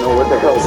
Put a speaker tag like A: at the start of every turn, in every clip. A: is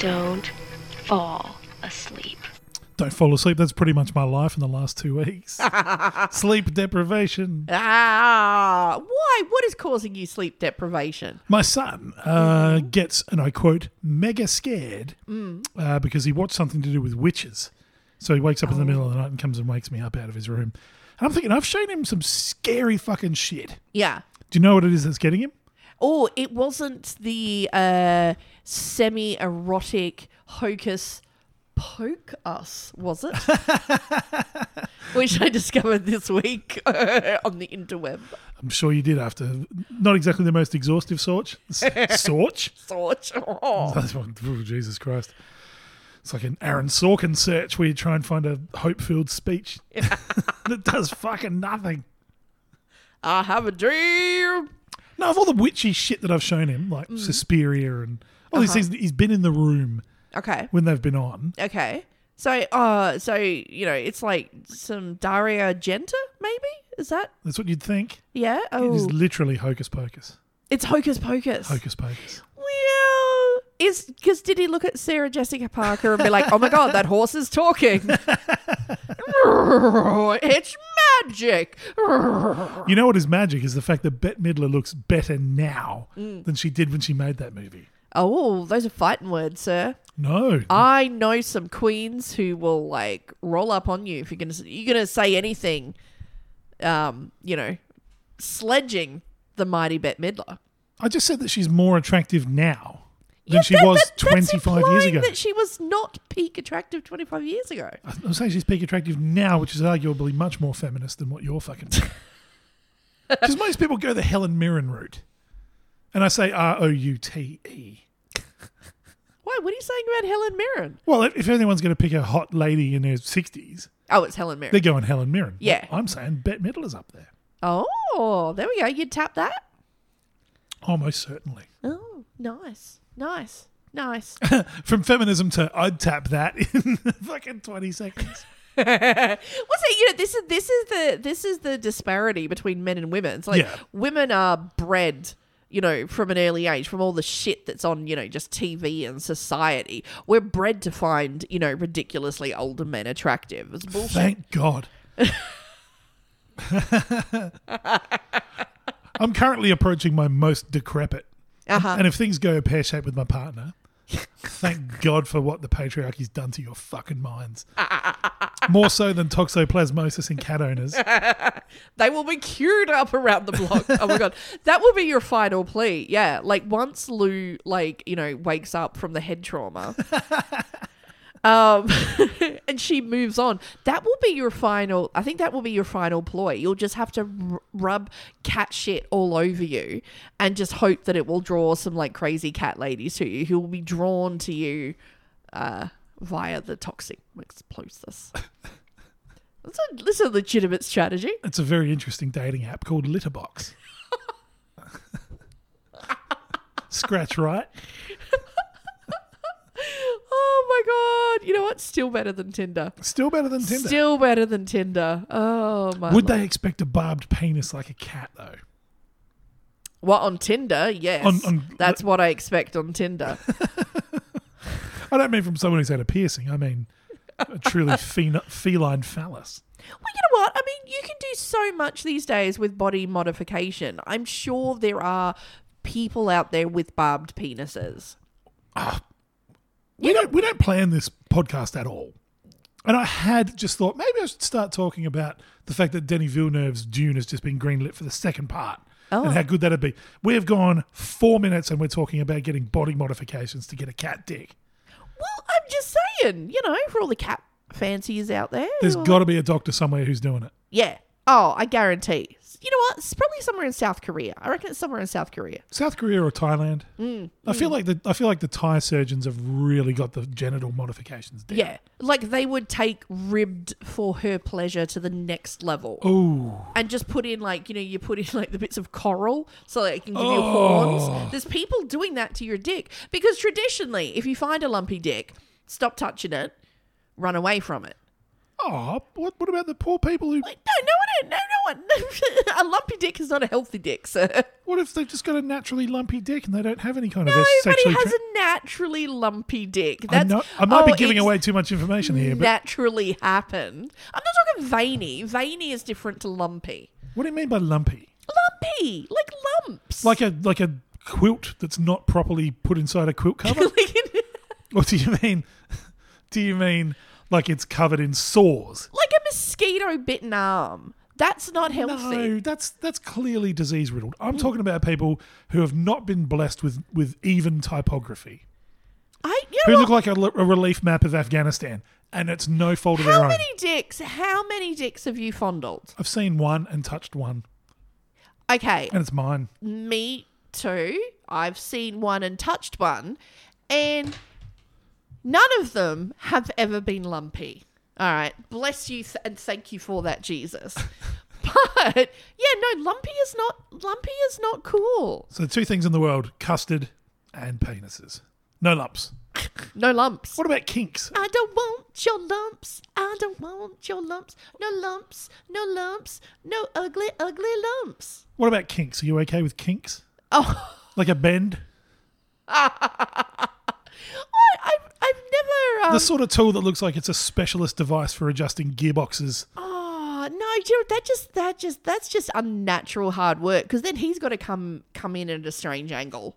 B: Don't fall asleep.
C: Don't fall asleep. That's pretty much my life in the last two weeks. Sleep deprivation.
D: Ah, why? What is causing you sleep deprivation?
C: My son uh, gets, and I quote, mega scared uh, because he watched something to do with witches. So he wakes up in the middle of the night and comes and wakes me up out of his room. And I'm thinking, I've shown him some scary fucking shit.
D: Yeah.
C: Do you know what it is that's getting him?
D: Oh, it wasn't the uh, semi erotic hocus poke us, was it? Which I discovered this week on the interweb.
C: I'm sure you did after not exactly the most exhaustive search. Search?
D: Sort. Oh.
C: That's what- oh, Jesus Christ. It's like an Aaron Sorkin search where you try and find a hope filled speech that does fucking nothing.
D: I have a dream.
C: No, of all the witchy shit that I've shown him, like Suspiria and all these things, he's been in the room
D: Okay.
C: when they've been on.
D: Okay. So, uh, so you know, it's like some Daria Genta, maybe? Is that?
C: That's what you'd think.
D: Yeah.
C: It is
D: Oh,
C: literally hocus pocus.
D: it's hocus pocus.
C: Hocus pocus.
D: Well, is because did he look at Sarah Jessica Parker and be like, "Oh my god, that horse is talking"? it's magic. Oh,
C: You know what is magic is the fact that Bette Midler looks better now than she did when she made that movie.
D: oh, those are fighting words, sir.
C: No.
D: I know some queens who will like roll up on you if you're gonna you're gonna say anything. Um, you know, sledging the mighty Bette Midler.
C: I just said that she's more attractive now than
D: Yeah,
C: she
D: that-
C: was
D: that- that's
C: 25 years
D: implying
C: ago.
D: That she was not peak attractive 25 years ago.
C: I'm saying she's peak attractive now, which is arguably much more feminist than what you're fucking. Because most people go the Helen Mirren route, and I say R O U T E.
D: Why? What are you saying about Helen Mirren?
C: Well, if if anyone's going to pick a hot lady in her sixties,
D: Oh, it's Helen Mirren.
C: they're going Helen Mirren.
D: Yeah.
C: I'm saying Bette Midler's up there,
D: Oh, there we go. You tap that.
C: almost certainly.
D: Oh, nice, nice, nice.
C: From feminism to I'd tap that in fucking twenty seconds.
D: What's it? You know, this is this is the this is the disparity between men and women. It's like
C: Yeah.
D: women are bred, you know, from an early age, from all the shit that's on, you know, just TV and society. We're bred to find, you know, ridiculously older men attractive. It's bullshit.
C: Thank God. I'm currently approaching my most decrepit.
D: Uh-huh.
C: And if things go pear shaped with my partner, thank God for what the patriarchy's done to your fucking minds. More so than toxoplasmosis in cat owners.
D: They will be queued up around the block. Oh my god, that will be your final plea. Yeah, like once Lou, like you know, wakes up from the head trauma, um, and she moves on. That will be your final. I think that will be your final ploy. You'll just have to r- rub cat shit all over you, and just hope that it will draw some like crazy cat ladies to you who will be drawn to you uh, via the toxic explosives. That's a, that's a legitimate strategy.
C: It's a very interesting dating app called Litterbox. Scratch right.
D: Oh my god! You know what? Still better than Tinder.
C: Still better than Tinder.
D: Still better than Tinder. Oh my.
C: Would
D: lord.
C: they expect a barbed penis like a cat though?
D: What on Tinder? Yes,
C: On- on-
D: that's what I expect on Tinder.
C: I don't mean from someone who's had a piercing. I mean a truly fen- feline phallus.
D: Well, you know what? I mean, you can do so much these days with body modification. I'm sure there are people out there with barbed penises.
C: We don't we don't plan this podcast at all. And I had just thought maybe I should start talking about the fact that Denny Villeneuve's Dune has just been greenlit for the second part.
D: Oh.
C: And how good that'd be. We have gone four minutes and we're talking about getting body modifications to get a cat dick.
D: Well, I'm just saying, you know, for all the cat fanciers out there,
C: There's
D: who are-
C: got to be a doctor somewhere who's doing it.
D: yeah, Oh, I guarantee. You know what? It's probably somewhere in South Korea. I reckon it's somewhere in South Korea.
C: South Korea or Thailand?
D: Mm,
C: I feel like the I feel like the Thai surgeons have really got the genital modifications down.
D: Yeah. Like they would take ribbed for her pleasure to the next level.
C: Oh. Ooh.
D: And just put in like, you know, you put in like the bits of coral so that it can give you
C: Oh.
D: horns. There's people doing that to your dick. Because traditionally, if you find a lumpy dick, stop touching it, run away from it.
C: Oh, what what about the poor people who?
D: Like, no, no one, no, no one. a lumpy dick is not a healthy dick, sir.
C: What if they've just got a naturally lumpy dick and they don't have any kind of
D: Everybody
C: sexually?
D: has
C: tra-
D: a naturally lumpy dick.
C: I,
D: That's,
C: know, I might be
D: oh,
C: giving
D: it's-
C: away too much information here, but
D: naturally happen. I'm not talking veiny. Veiny is different to lumpy.
C: what do you mean by lumpy?
D: Lumpy, like lumps.
C: Like a like a quilt that's not properly put inside a quilt cover?
D: like, in-
C: what do you mean? Do you mean like it's covered in sores?
D: like a mosquito bitten arm. That's not healthy.
C: No, that's that's clearly disease riddled. I'm talking about people who have not been blessed with with even typography,
D: I you
C: who
D: know
C: look
D: what?
C: like a, l- a relief map of Afghanistan, and it's no fault of their
D: how
C: own.
D: many dicks? How many dicks have you fondled?
C: I've seen one and touched one,
D: Okay,
C: and it's mine.
D: me too. I've seen one and touched one, and none of them have ever been lumpy. All right, bless you th- and thank you for that, Jesus. but yeah, no, lumpy is not lumpy is not cool.
C: So two things in the world: custard and penises. No lumps.
D: No lumps.
C: What about kinks?
D: I don't want your lumps. I don't want your lumps. No lumps. No lumps. No ugly, ugly lumps.
C: What about kinks? Are you okay with kinks?
D: Oh.
C: Like a bend,
D: What? I've, I've never. Um,
C: the sort of tool that looks like it's a specialist device for adjusting gearboxes.
D: Oh no, do you know, that just that just that's just unnatural hard work because then he's got to come come in at a strange angle.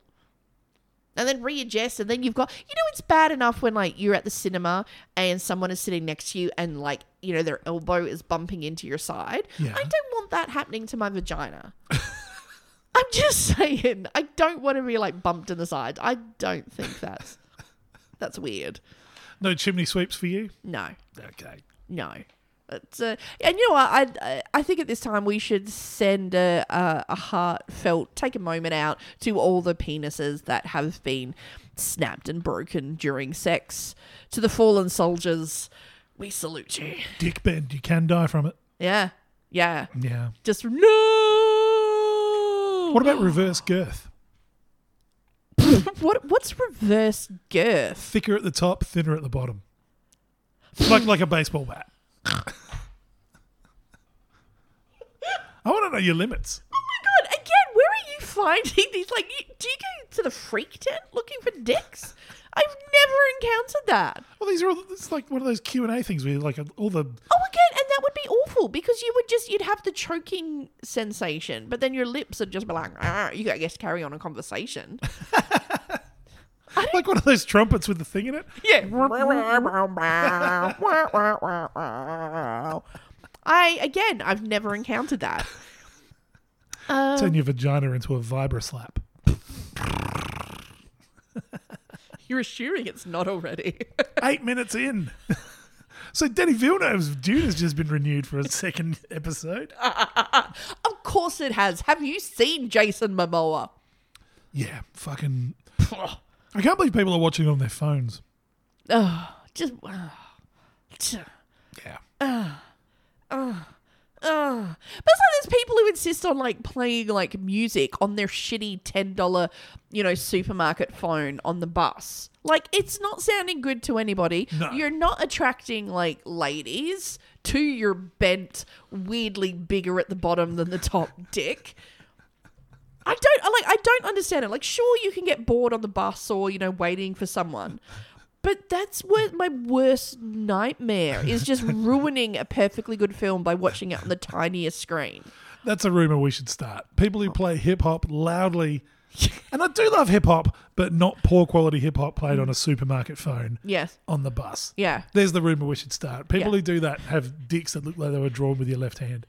D: And then readjust, and then you've got you know it's bad enough when like you're at the cinema and someone is sitting next to you and like you know their elbow is bumping into your side.
C: Yeah.
D: I don't want that happening to my vagina. I'm just saying, I don't want to be like bumped in the side. I don't think that's that's weird.
C: No chimney sweeps for you.
D: No.
C: Okay.
D: No. It's, uh, and you know what? I, I I think at this time we should send a, a, a heartfelt, take a moment out to all the penises that have been snapped and broken during sex. To the fallen soldiers, we salute you.
C: Dick bend. You can die from it.
D: Yeah. Yeah.
C: Yeah.
D: Just no.
C: What about reverse girth?
D: what? What's reverse girth?
C: Thicker at the top, thinner at the bottom. Like like a baseball bat. I want to know your limits.
D: Oh my god! Again, where are you finding these? Like, you, do you go to the freak tent looking for dicks? I've never encountered that.
C: Well, these are all. It's like one of those Q and A things where like all the
D: Oh, again, and that would be awful because you would just you'd have the choking sensation, but then your lips would just be like, "Arr," you I guess carry on a conversation.
C: like one of those trumpets with the thing in it.
D: Um, Yeah. I again, I've never encountered that.
C: Turn your vagina into a vibra slap.
D: You're assuming it's not already.
C: Eight minutes in. So Danny Villeneuve's Dune has just been renewed for a second episode.
D: of course it has. Have you seen Jason Momoa?
C: Yeah, fucking. I can't believe people are watching it on their phones.
D: Oh, just. ah, tch.
C: Yeah.
D: Ugh. But it's like there's people who insist on like playing like music on their shitty ten dollar, you know, supermarket phone on the bus. Like it's not sounding good to anybody.
C: No.
D: You're not attracting like ladies to your bent, weirdly bigger at the bottom than the top dick. I don't I like I don't understand it. Like sure you can get bored on the bus or, you know, waiting for someone. But that's what my worst nightmare is just ruining a perfectly good film by watching it on the tiniest screen.
C: That's a rumor we should start. People who play hip hop loudly. And I do love hip hop, but not poor quality hip hop played on a supermarket phone
D: Yes.
C: on the bus.
D: Yeah.
C: There's the rumor we should start. People
D: Yeah.
C: who do that have dicks that look like they were drawn with your left hand.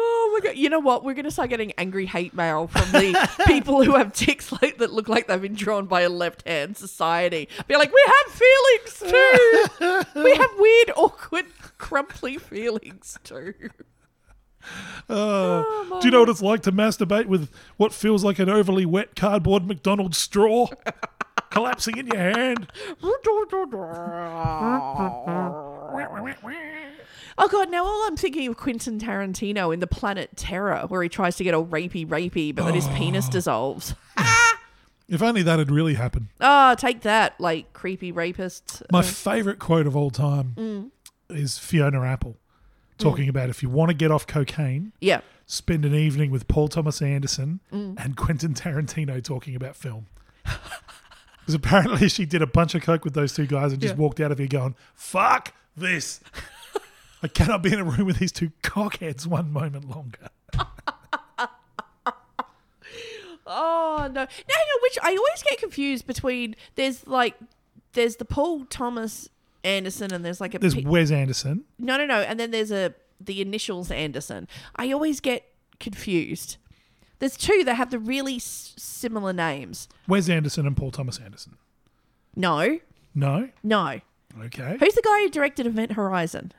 D: Oh my god! You know what? We're gonna start getting angry hate mail from the people who have dicks like that look like they've been drawn by a left hand society. Be like, we have feelings too. we have weird, awkward, crumply feelings too.
C: Do you know what it's like to masturbate with what feels like an overly wet cardboard McDonald's straw collapsing in your hand?
D: Oh god! Now all I'm thinking of Quentin Tarantino in the Planet Terror, where he tries to get all rapey, rapey, but then his penis dissolves.
C: If only that had really happened.
D: Ah, take that, like creepy rapists.
C: My favorite quote of all time is Fiona Apple talking about if you want to get off cocaine,
D: Yeah.
C: spend an evening with Paul Thomas Anderson and Quentin Tarantino talking about film. Because apparently she did a bunch of coke with those two guys and just
D: Yeah.
C: walked out of here going, fuck this. I cannot be in a room with these two cockheads one moment longer.
D: Oh no, no, no. Which I always get confused between. There's like, there's the Paul Thomas Anderson, and there's like a
C: There's
D: pe-
C: Wes Anderson.
D: no, no, no, and then there's a the initials Anderson. I always get confused. There's two that have the really s- similar names.
C: Wes Anderson and Paul Thomas Anderson.
D: No,
C: No?
D: no.
C: Okay.
D: Who's the guy who directed Event Horizon?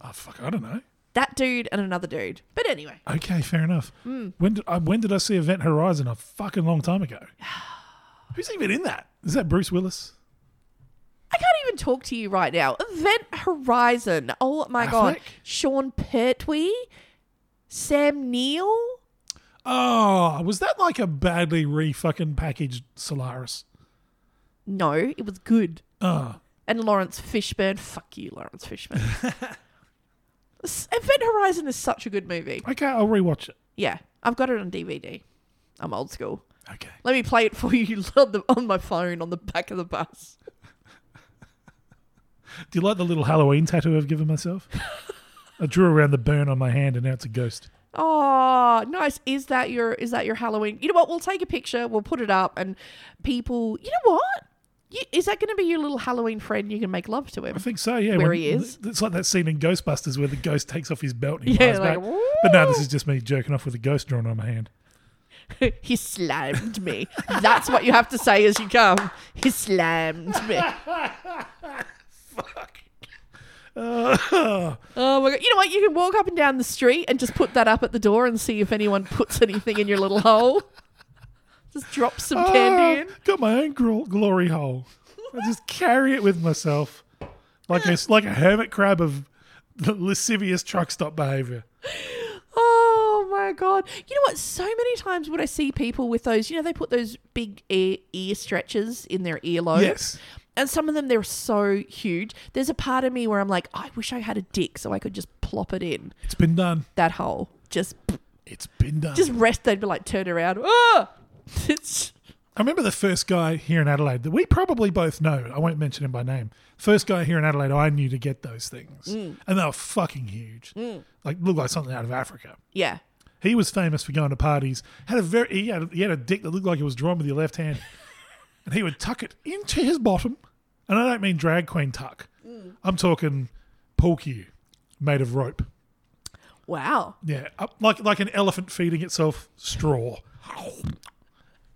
C: Oh, fuck, I don't know.
D: That dude and another dude. But anyway,
C: Okay, fair enough. When did I, when did I see Event Horizon? A fucking long time ago. Who's even in that? Is that Bruce Willis?
D: I can't even talk to you right now. Event Horizon. Oh my god.
C: Affleck?
D: Sean Pertwee, Sam Neill.
C: Oh, was that like a badly re fucking packaged Solaris?
D: No, it was good.
C: Oh,
D: And Lawrence Fishburne. Fuck you, Lawrence Fishburne. S- Event Horizon is such a good movie.
C: okay, I'll rewatch it.
D: Yeah, I've got it on DVD. I'm old school.
C: Okay.
D: Let me play it for you on, the, on my phone on the back of the bus.
C: Do you like the little Halloween tattoo I've given myself? I drew around the burn on my hand, and now it's a ghost.
D: Oh, nice. Is that your is that your Halloween? You know what? We'll take a picture. We'll put it up, and people. You know what? You, is that going to be your little Halloween friend? You can make love to him.
C: I think so. Yeah,
D: Where
C: when-
D: he is?
C: It's like that scene in Ghostbusters where the ghost takes off his belt and he
D: Yeah,
C: flies
D: like,
C: back. But no, this is just me jerking off with a ghost drawn on my hand.
D: he slammed me. That's what you have to say as you come. He slammed me.
C: Oh,
D: Oh my god! You know what? You can walk up and down the street and just put that up at the door and see if anyone puts anything in your little hole. Just drop some candy in.
C: Oh, got my own gro- glory hole. I just carry it with myself, like a like a hermit crab of lascivious truck stop behavior.
D: Oh my god! You know what? So many times when I see people with those, you know, they put those big ear, ear stretchers in their earlobes.
C: Yes.
D: And some of them they're so huge. There's a part of me where I'm like, I wish I had a dick so I could just plop it in
C: It's been done.
D: that hole. Just,
C: It's been done.
D: just rest. They'd be like, turn around. Ah! It's
C: I remember the first guy here in Adelaide that we probably both know. I won't mention him by name. First guy here in Adelaide I knew to get those things, and they were fucking huge. Like looked like something out of Africa.
D: yeah.
C: He was famous for going to parties. Had a very he had, he had a dick that looked like it was drawn with your left hand, and he would tuck it into his bottom. And I don't mean drag queen tuck. I'm talking pool cue made of rope.
D: Wow.
C: Yeah, up, like like an elephant feeding itself straw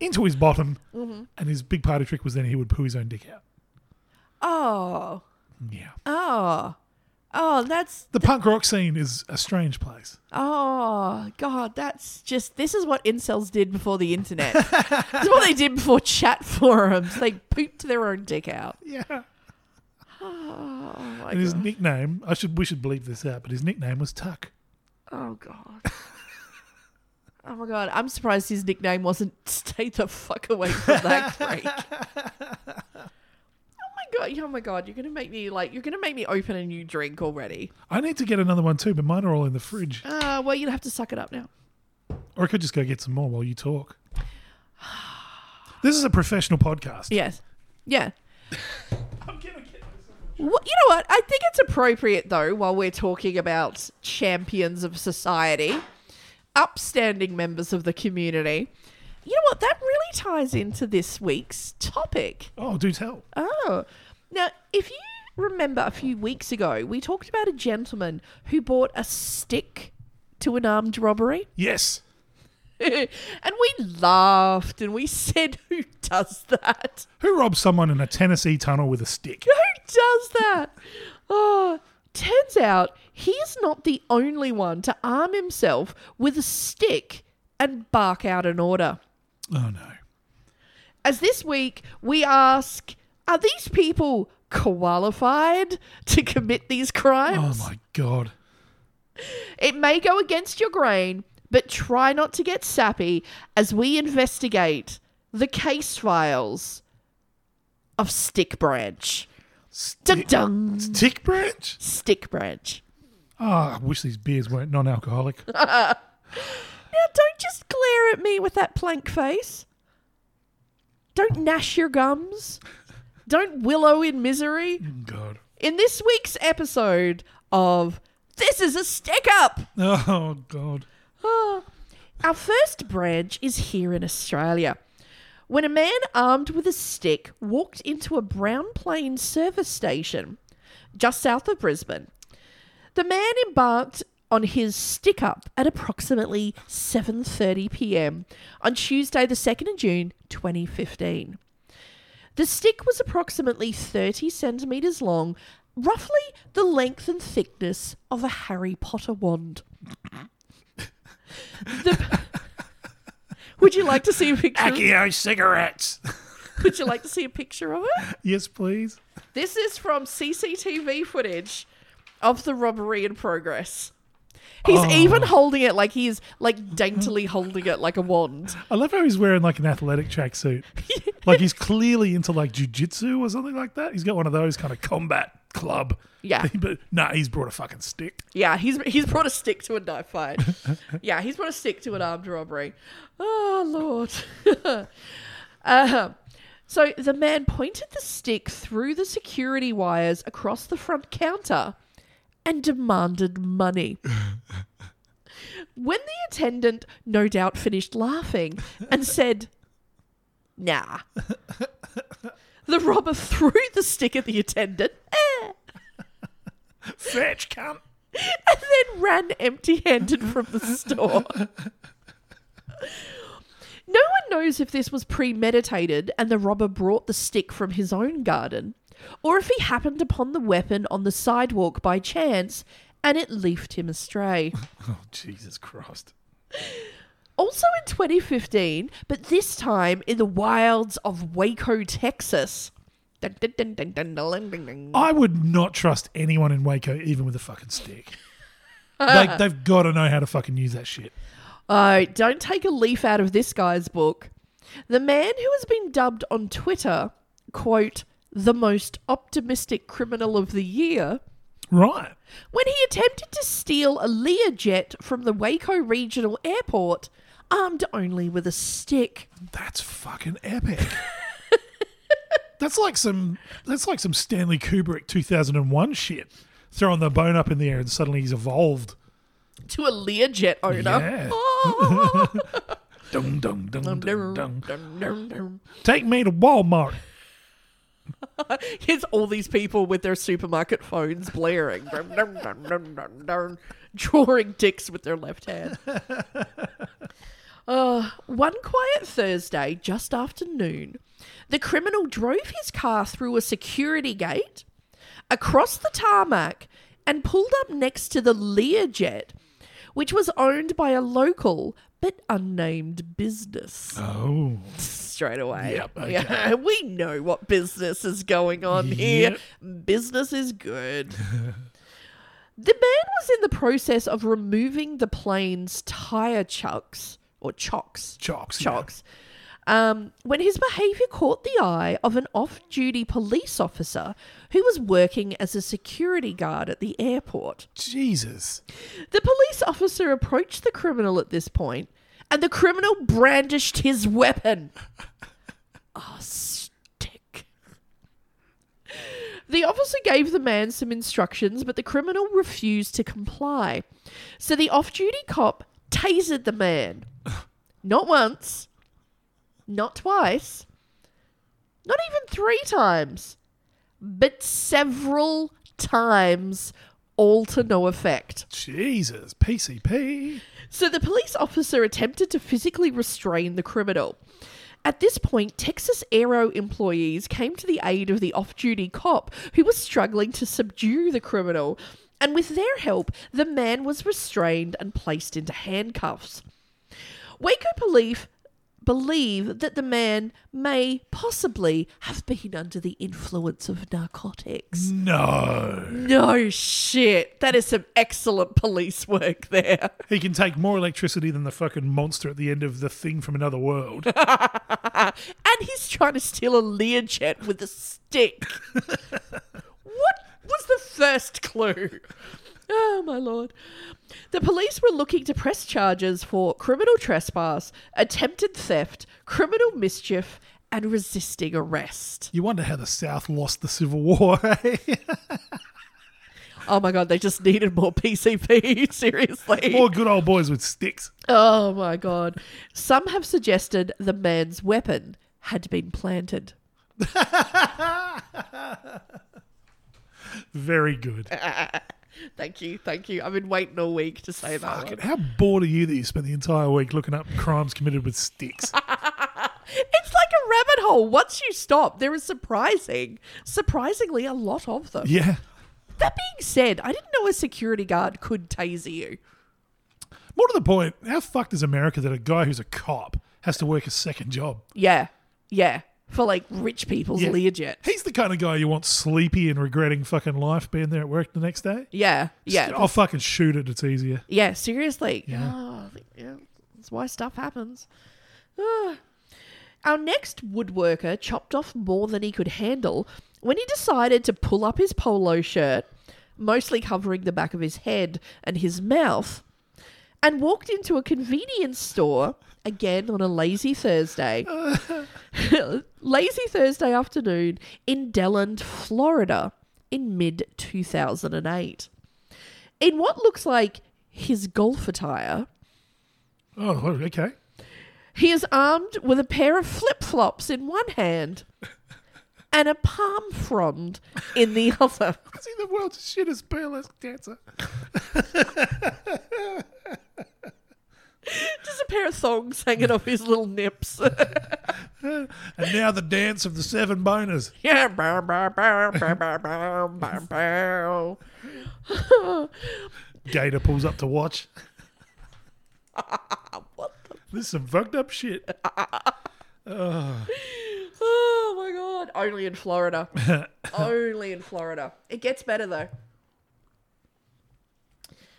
C: into his bottom. And his big party trick was then he would poo his own dick out.
D: Oh.
C: Yeah,
D: Oh. Oh, that's
C: the punk rock scene is a strange place.
D: oh god, that's just this is what incels did before the internet. this is what they did before chat forums. They pooped their own dick out.
C: Yeah.
D: Oh my
C: And his
D: god.
C: nickname, I should we should bleep this out, but his nickname was Tuck.
D: Oh god. Oh my god, I'm surprised his nickname wasn't stay the fuck away from that freak. Oh my god, oh my god, you're gonna make me like you're gonna make me open a new drink already.
C: I need to get another one too, but mine are all in the fridge.
D: Uh well you'd have to suck it up now.
C: Or I could just go get some more while you talk. This is a professional podcast.
D: Yes. Yeah. Well, you know what? I think it's appropriate, though, while we're talking about champions of society, upstanding members of the community. You know what? That really ties into this week's topic.
C: Oh, do tell.
D: Oh. Now, if you remember a few weeks ago, we talked about a gentleman who bought a stick to an armed robbery.
C: Yes.
D: and we laughed and we said, Who does that?
C: Who robbed someone in a Tennessee tunnel with a stick?
D: Who does that? Oh, turns out he is not the only one to arm himself with a stick and bark out an order.
C: Oh no.
D: As this week, we ask Are these people qualified to commit these
C: Oh
D: crimes?
C: my god.
D: It may go against your grain, but try not to get sappy as we investigate the case files of Stick Branch. Dun
C: Stick,
D: dun!
C: stick branch?
D: Stick Branch.
C: Ah, I wish these beers weren't non-alcoholic.
D: Now, don't just glare at me with that plank face. Don't gnash your gums. Don't willow in misery.
C: god.
D: In this week's episode of This is a Stick Up!
C: Oh god.
D: Ah. Our first branch is here in Australia. When a man armed with a stick walked into a Brown Plain service station just south of Brisbane, the man embarked on his stick up at approximately 7:30 p.m. on Tuesday the 2nd of June 2015. The stick was approximately 30 centimeters long, roughly the length and thickness of a Harry Potter wand. The- Would you like to see a picture? of-
C: Accio cigarettes.
D: Would you like to see a picture of it?
C: yes, please.
D: This is from CCTV footage of the robbery in progress. He's even holding it like he's like daintily holding it like a wand.
C: I love how he's wearing like an athletic tracksuit. like he's clearly into like jujitsu or something like that. He's got one of those kind of combat club.
D: Yeah.
C: but nah, he's brought a fucking stick.
D: Yeah, he's he's brought a stick to a knife fight. yeah, he's brought a stick to an armed robbery. Oh lord. uh, so the man pointed the stick through the security wires across the front counter and demanded money. when the attendant no doubt finished laughing and said, "Nah." The robber threw the stick at the attendant. Eh.
C: Fetch, cunt.
D: and then ran empty handed from the store. No one knows if this was premeditated and the robber brought the stick from his own garden, or if he happened upon the weapon on the sidewalk by chance and it leafed him astray.
C: Oh Jesus Christ.
D: Also in 2015, but this time in the wilds of Waco, Texas. Dun, dun, dun, dun, dun, dun, dun, dun.
C: I would not trust anyone in Waco, even with a fucking stick. like they've got to know how to fucking use that shit.
D: Oh, don't take a leaf out of this guy's book. The man who has been dubbed on Twitter, quote, the most optimistic criminal of the year,
C: Right.
D: when he attempted to steal a Learjet from the Waco Regional Airport, armed only with a stick.
C: That's fucking epic. that's like some that's like some Stanley Kubrick 2001 shit. Throwing the bone up in the air and suddenly he's evolved.
D: To a Learjet owner.
C: Yeah.
D: Oh.
C: Dum dum dum dum dum.
D: Dum, dum, dum.
C: Take me to Walmart.
D: Here's all these people with their supermarket phones blaring, Dum, dum, dum, dum, dum, dum. drawing dicks with their left hand. Uh, one quiet Thursday, just after noon, the criminal drove his car through a security gate, across the tarmac, and pulled up next to the Learjet, which was owned by a local but unnamed business
C: Oh.
D: straight away.
C: Yep, okay.
D: Yeah, we know what business is going on here. Business is good. the man was in the process of removing the plane's tire chucks or chocks.
C: Chocks. yeah.
D: Chocks. Um, when his behavior caught the eye of an off duty police officer who was working as a security guard at the airport.
C: Jesus.
D: The police officer approached the criminal at this point, and the criminal brandished his weapon. A stick. The officer gave the man some instructions, but the criminal refused to comply. So the off duty cop tasered the man. Not once, not twice, not even three times, but several times, all to no effect.
C: Jesus, PCP.
D: So the police officer attempted to physically restrain the criminal. At this point, Texas Aero employees came to the aid of the off duty cop who was struggling to subdue the criminal, and with their help, the man was restrained and placed into handcuffs. Waco believe, believe that the man may possibly have been under the influence of narcotics.
C: No.
D: No shit. That is some excellent police work there.
C: He can take more electricity than the fucking monster at the end of The Thing from Another World.
D: and he's trying to steal a Learjet with a stick. what was the first clue? Oh, my lord. The police were looking to press charges for criminal trespass, attempted theft, criminal mischief, and resisting arrest.
C: you wonder how the South lost the Civil War, eh?
D: Oh my god, they just needed more PCP, seriously.
C: More good old boys with sticks.
D: Oh my god. Some have suggested the man's weapon had been planted.
C: Very good.
D: Thank you, thank you. I've been waiting all week to say that.
C: Fucking
D: one.
C: How bored are you that you spent the entire week looking up crimes committed with sticks?
D: It's like a rabbit hole. Once you stop, there is surprising, surprisingly, a lot of them.
C: yeah.
D: That being said, I didn't know a security guard could taser you.
C: More to the point, how fucked is America that a guy who's a cop has to work a second job?
D: Yeah, yeah. For like rich people's
C: Yeah.
D: Learjet.
C: He's the kind of guy you want sleepy and regretting fucking life being there at work the next day.
D: Yeah, yeah,
C: I'll fucking shoot it. It's easier.
D: yeah. Seriously.
C: Yeah.
D: Oh, yeah. That's why stuff happens. Ah. Our next woodworker chopped off more than he could handle when he decided to pull up his polo shirt, mostly covering the back of his head and his mouth, and walked into a convenience store again on a lazy Thursday. lazy Thursday afternoon in Deland, Florida, in mid 2008. In what looks like his golf attire,
C: Oh, okay.
D: he is armed with a pair of flip flops in one hand and a palm frond in the other.
C: See, the world's shittest burlesque dancer.
D: Just a pair of thongs hanging off his little nips.
C: And now the dance of the seven boners.
D: Yeah. bow, bow, bow, bow, bow, bow, bow, bow.
C: Gator pulls up to watch.
D: What the?
C: This is some fucked up shit.
D: Oh my God. Only in Florida. Only in Florida. It gets better though.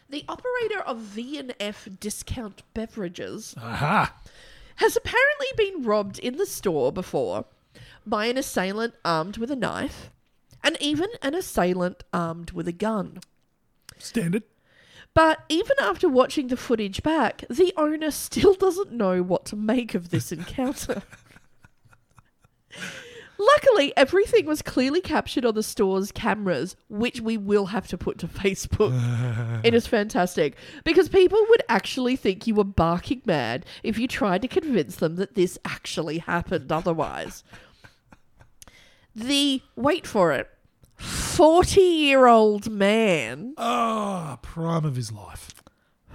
D: The operator of V&F Discount Beverages
C: Aha.
D: has apparently been robbed in the store before by an assailant armed with a knife and even an assailant armed with a gun.
C: Standard.
D: But even after watching the footage back, the owner still doesn't know what to make of this encounter. Luckily, everything was clearly captured on the store's cameras, which we will have to put to Facebook. it is fantastic because people would actually think you were barking mad if you tried to convince them that this actually happened otherwise. The, wait for it, 40 year old man
C: Ah, prime of his life.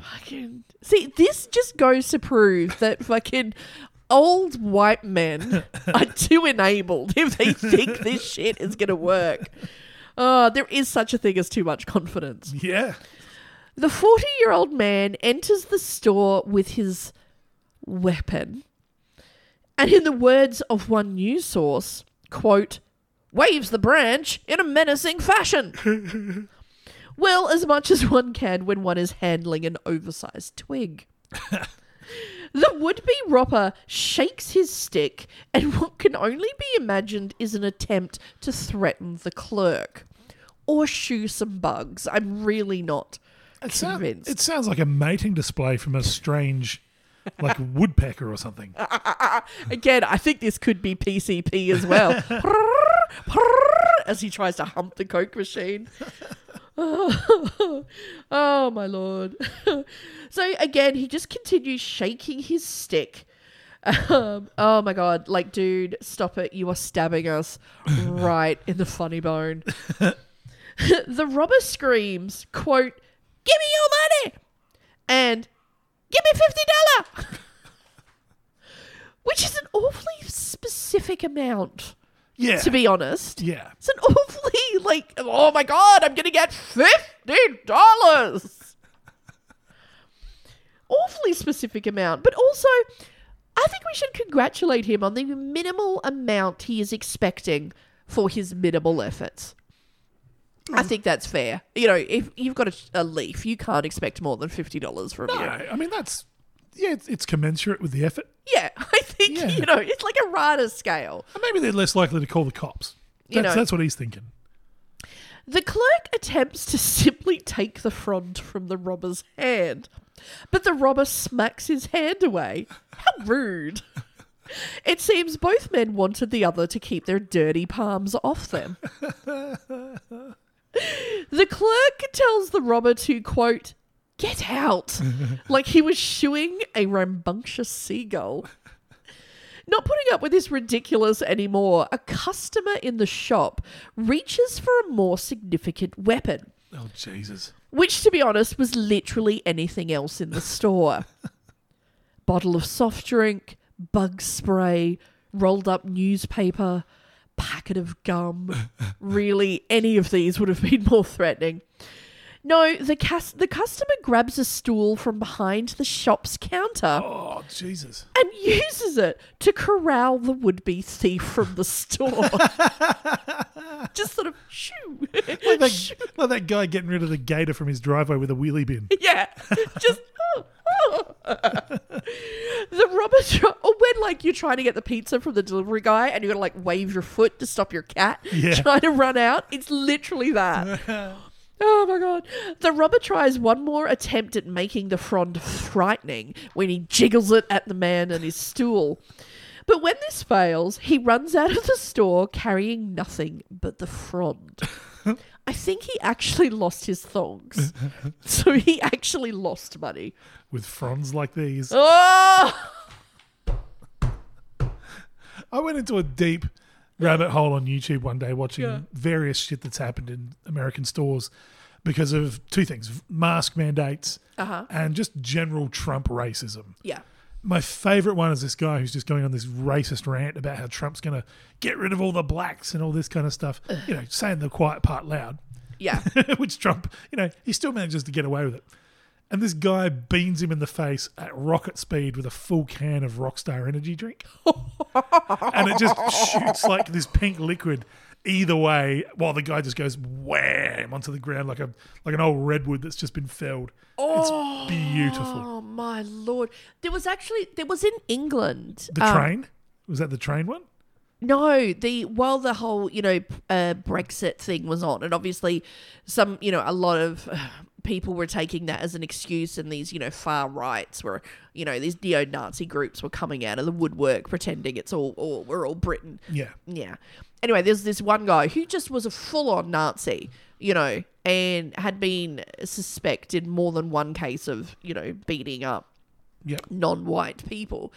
D: Fucking- See, this just goes to prove that fucking old white men are too enabled if they think this shit is going to work. Oh, there is such a thing as too much confidence.
C: Yeah.
D: The 40 year old man enters the store with his weapon. And in the words of one news source, quote, waves the branch in a menacing fashion. well, as much as one can when one is handling an oversized twig. the would be robber shakes his stick, and what can only be imagined is an attempt to threaten the clerk or shoo some bugs. I'm really not
C: It, sound-
D: convinced.
C: it sounds like a mating display from a strange, like woodpecker or something.
D: Again, I think this could be PCP as well. as he tries to hump the Coke machine. Oh, my lord. so again, he just continues shaking his stick. Um, oh my god, like, dude, stop it. You are stabbing us right in the funny bone. the robber screams, quote, Give me your money! And give me $50! Which is an awfully specific amount,
C: Yeah.
D: to be honest.
C: yeah.
D: It's an awfully, like, oh my God, I'm going to get $50! awfully specific amount. But also, I think we should congratulate him on the minimal amount he is expecting for his minimal efforts. I think that's fair. You know, if you've got a, a leaf, you can't expect more than fifty dollars from
C: No,
D: you.
C: I mean that's yeah, it's, it's commensurate with the effort.
D: Yeah, I think
C: Yeah.
D: you know it's like a Rada scale.
C: And maybe they're less likely to call the cops. That's,
D: You know.
C: that's what he's thinking.
D: The clerk attempts to simply take the frond from the robber's hand, but the robber smacks his hand away. How rude! It seems both men wanted the other to keep their dirty palms off them. the clerk tells the robber to, quote, get out, like he was shooing a rambunctious seagull. Not putting up with this ridiculous anymore, a customer in the shop reaches for a more significant weapon,
C: Oh Jesus.
D: which, to be honest, was literally anything else in the store bottle of soft drink, bug spray, rolled up newspaper, packet of gum. really, any of these would have been more threatening. No, the, cus- the customer grabs a stool from behind the shop's counter
C: Oh Jesus.
D: and uses it to corral the would-be thief from the store. Just sort of shoo,
C: Like
D: shoo.
C: that, like that guy getting rid of the gator from his driveway with a wheelie bin.
D: yeah, just. oh, oh. the robber, tr- or when like you're trying to get the pizza from the delivery guy, and you gotta like wave your foot to stop your cat
C: Yeah.
D: trying to run out. It's literally that. Oh my god. The robber tries one more attempt at making the frond frightening when he jiggles it at the man and his stool. But when this fails, he runs out of the store carrying nothing but the frond. I think he actually lost his thongs. so he actually lost money.
C: With fronds like these.
D: Oh!
C: I went into a deep rabbit hole on YouTube one day watching various shit that's happened in American stores because of two things mask mandates and just general Trump racism.
D: Yeah.
C: My favorite one is this guy who's just going on this racist rant about how Trump's going to get rid of all the blacks and all this kind of stuff, you know, saying the quiet part loud.
D: Yeah.
C: which Trump, you know, he still manages to get away with it. And this guy beans him in the face at rocket speed with a full can of Rockstar energy drink. and it just shoots like this pink liquid either way while the guy just goes wham onto the ground like a like an old redwood that's just been felled. it's beautiful.
D: Oh my lord. There was actually there was in England.
C: The
D: um,
C: train? Was that the train one?
D: No, the while the whole you know p- uh, Brexit thing was on, and obviously some you know a lot of uh, people were taking that as an excuse, and these you know far rights were you know these neo-Nazi groups were coming out of the woodwork pretending it's all, all we're all Britain.
C: Yeah.
D: Yeah. Anyway, there's this one guy who just was a full on Nazi, you know, and had been suspected more than one case of, you know, beating up
C: Yep.
D: non white people.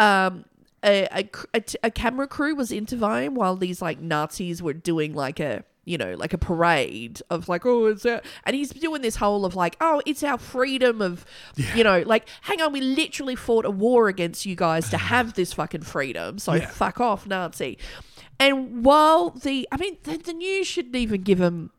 D: Um, a, a, cr- a t- a camera crew was interviewing while these like Nazis were doing like a you know like a parade of like oh it's our and he's doing this whole of like oh it's our freedom of you know like hang on we literally fought a war against you guys to have this fucking freedom so
C: Yeah.
D: fuck off Nazi and while the I mean the, the news shouldn't even give him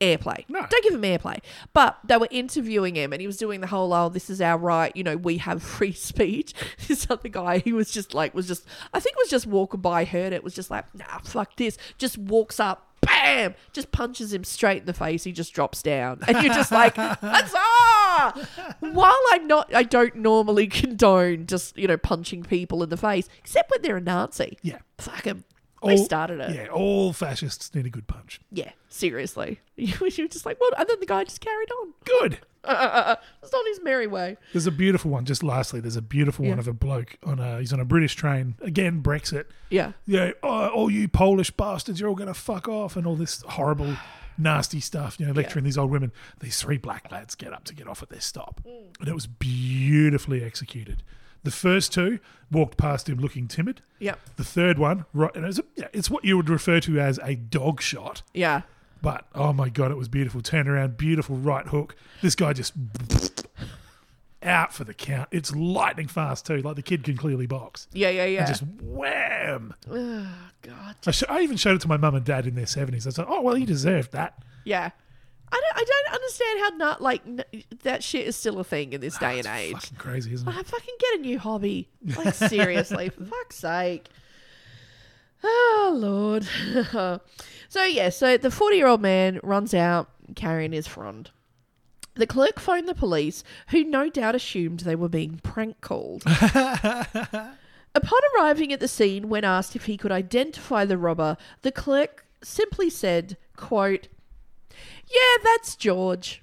D: airplay
C: No.
D: don't give him airplay. But they were interviewing him and he was doing the whole, oh, this is our right, you know, we have free speech. This other guy, he was just like, was just, I think was just walking by, heard it, was just like, nah, fuck this. Just walks up, bam, just punches him straight in the face. He just drops down. And you're just like, that's ah! While I'm not, I don't normally condone just, you know, punching people in the face, except when they're a Nazi.
C: Yeah.
D: Fuck him. They
C: All-
D: started it.
C: Yeah, all fascists need a good punch.
D: Yeah, seriously. You were just like, what? And then the guy just carried on.
C: Good.
D: It's on his merry way.
C: There's a beautiful one. Just lastly, there's a beautiful one of a bloke on a he's on a British train again. Brexit.
D: Yeah.
C: Yeah. Oh, all you Polish bastards, you're all gonna fuck off, and all this horrible, nasty stuff. You know, lecturing these old women. These three black lads get up to get off at their stop, and it was beautifully executed. The first two walked past him looking timid.
D: Yep.
C: The third one, right, and it was a, yeah, it's what you would refer to as a dog shot
D: Yeah.
C: But oh my god, it was beautiful turnaround, beautiful right hook. This guy just out for the count. It's lightning fast too. Like the kid can clearly box.
D: Yeah, yeah, yeah.
C: And just wham.
D: oh, God.
C: I, sh- I even showed it to my mum and dad in their seventies. I said, "Oh well, he deserved that."
D: Yeah. I don't, I don't understand how not, like, n- that shit is still a thing in this day and age.
C: Fucking crazy, isn't it?
D: I fucking get a new hobby. Like seriously, for fuck's sake. Oh lord. so yeah, so the forty-year-old man runs out carrying his frond. The clerk phoned the police, who no doubt assumed they were being prank called. Upon arriving at the scene, when asked if he could identify the robber, the clerk simply said, "Quote, yeah, that's George."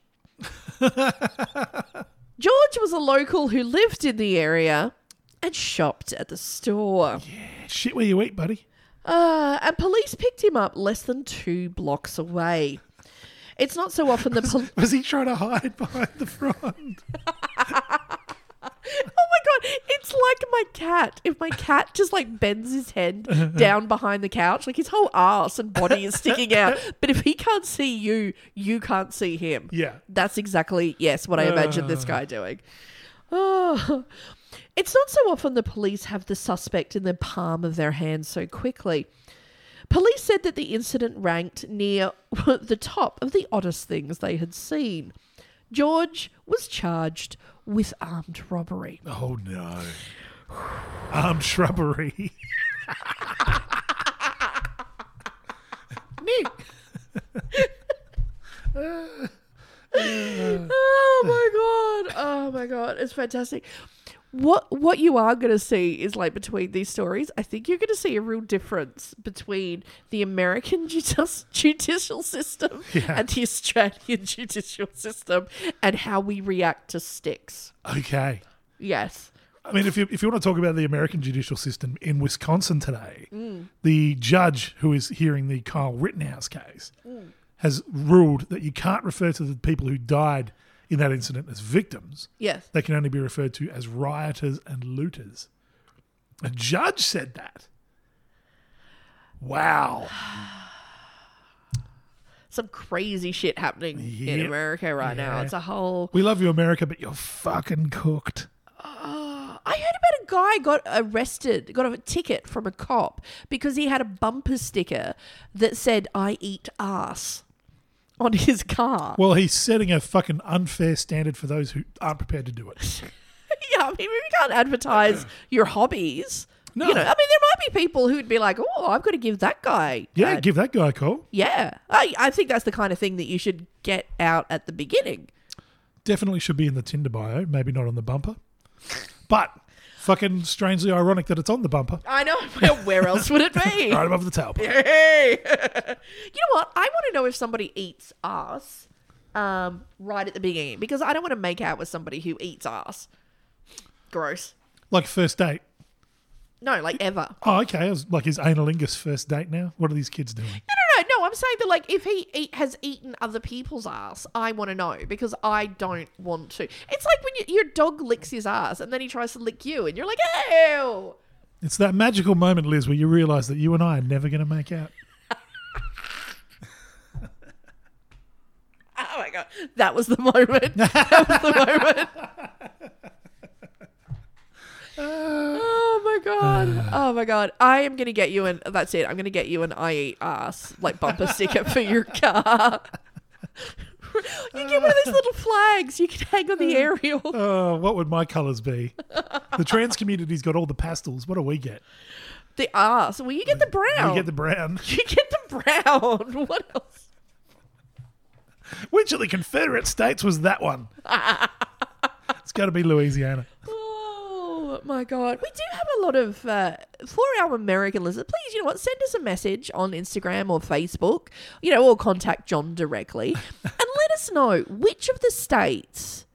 D: George was a local who lived in the area and shopped at the store.
C: Shit where you eat, buddy.
D: Uh, and police picked him up less than two blocks away. It's not so often the police.
C: Was he trying to hide behind the front?
D: Oh my god, it's like my cat. If my cat just like bends his head down behind the couch, like his whole ass and body is sticking out. But if he can't see you, you can't see him.
C: Yeah.
D: That's exactly, yes, what I imagine this guy doing. Oh. It's not so often the police have the suspect in the palm of their hand so quickly. Police said that the incident ranked near the top of the oddest things they had seen. George was charged with armed robbery.
C: Oh no. Armed shrubbery.
D: Oh my god! Oh my god! It's fantastic. What what you are going to see is like between these stories, I think you're going to see a real difference between the American judis- judicial system and the Australian judicial system, and how we react to sticks.
C: Okay.
D: Yes.
C: I mean, if you, if you want to talk about the American judicial system in Wisconsin today, the judge who is hearing the Kyle Rittenhouse case has ruled that you can't refer to the people who died in that incident as victims.
D: Yes.
C: They can only be referred to as rioters and looters. A judge said that. Wow.
D: Some crazy shit happening in
C: Yep.
D: America right now.
C: Yeah.
D: It's a whole.
C: We love you, America, but you're fucking cooked.
D: Ah, I heard about a guy got arrested, got a ticket from a cop because he had a bumper sticker that said "I eat ass" on his car.
C: Well, he's setting a fucking unfair standard for those who aren't prepared to do it.
D: yeah, I mean, we can't advertise your hobbies.
C: No.
D: You know, I mean, there might be people who'd be like, "Oh, I've got to give that guy."
C: Yeah,
D: a
C: give that guy a call.
D: yeah. I, I think that's the kind of thing that you should get out at the beginning.
C: Definitely should be in the Tinder bio, maybe not on the bumper. But fucking strangely ironic that it's on the bumper,
D: I know. Where, where else would it be?
C: right above the tailpipe.
D: Hey! you know what? I want to know if somebody eats ass um, right at the beginning because I don't want to make out with somebody who eats ass. Gross.
C: Like first date.
D: No, like ever.
C: Oh, okay. I was like, is analingus first date now? What are these kids doing?
D: No, no, no, no. I'm saying that, like, if he eat, has eaten other people's ass, I want to know because I don't want to. It's like when you, your dog licks his ass and then he tries to lick you, and you're like, ew.
C: It's that magical moment, Liz, where you realise that you and I are never going to make out.
D: Oh my god, that was the moment. that was the moment. oh my god. Oh my god. I am gonna get you an. That's it. I'm gonna get you an I eat ass like bumper sticker for your car. you get one of these little flags you can hang on the aerial.
C: Oh, what would my colours be? The trans community's got all the pastels. What do we get?
D: The ass. Well, you get the brown.
C: We get the brown.
D: you get the brown. What else?
C: Which of the Confederate states was that one? it's got to be Louisiana.
D: Oh my god, we do have a lot of uh, for our American listeners. Please, you know what? Send us a message on Instagram or Facebook, you know, or contact John directly, and let us know which of the states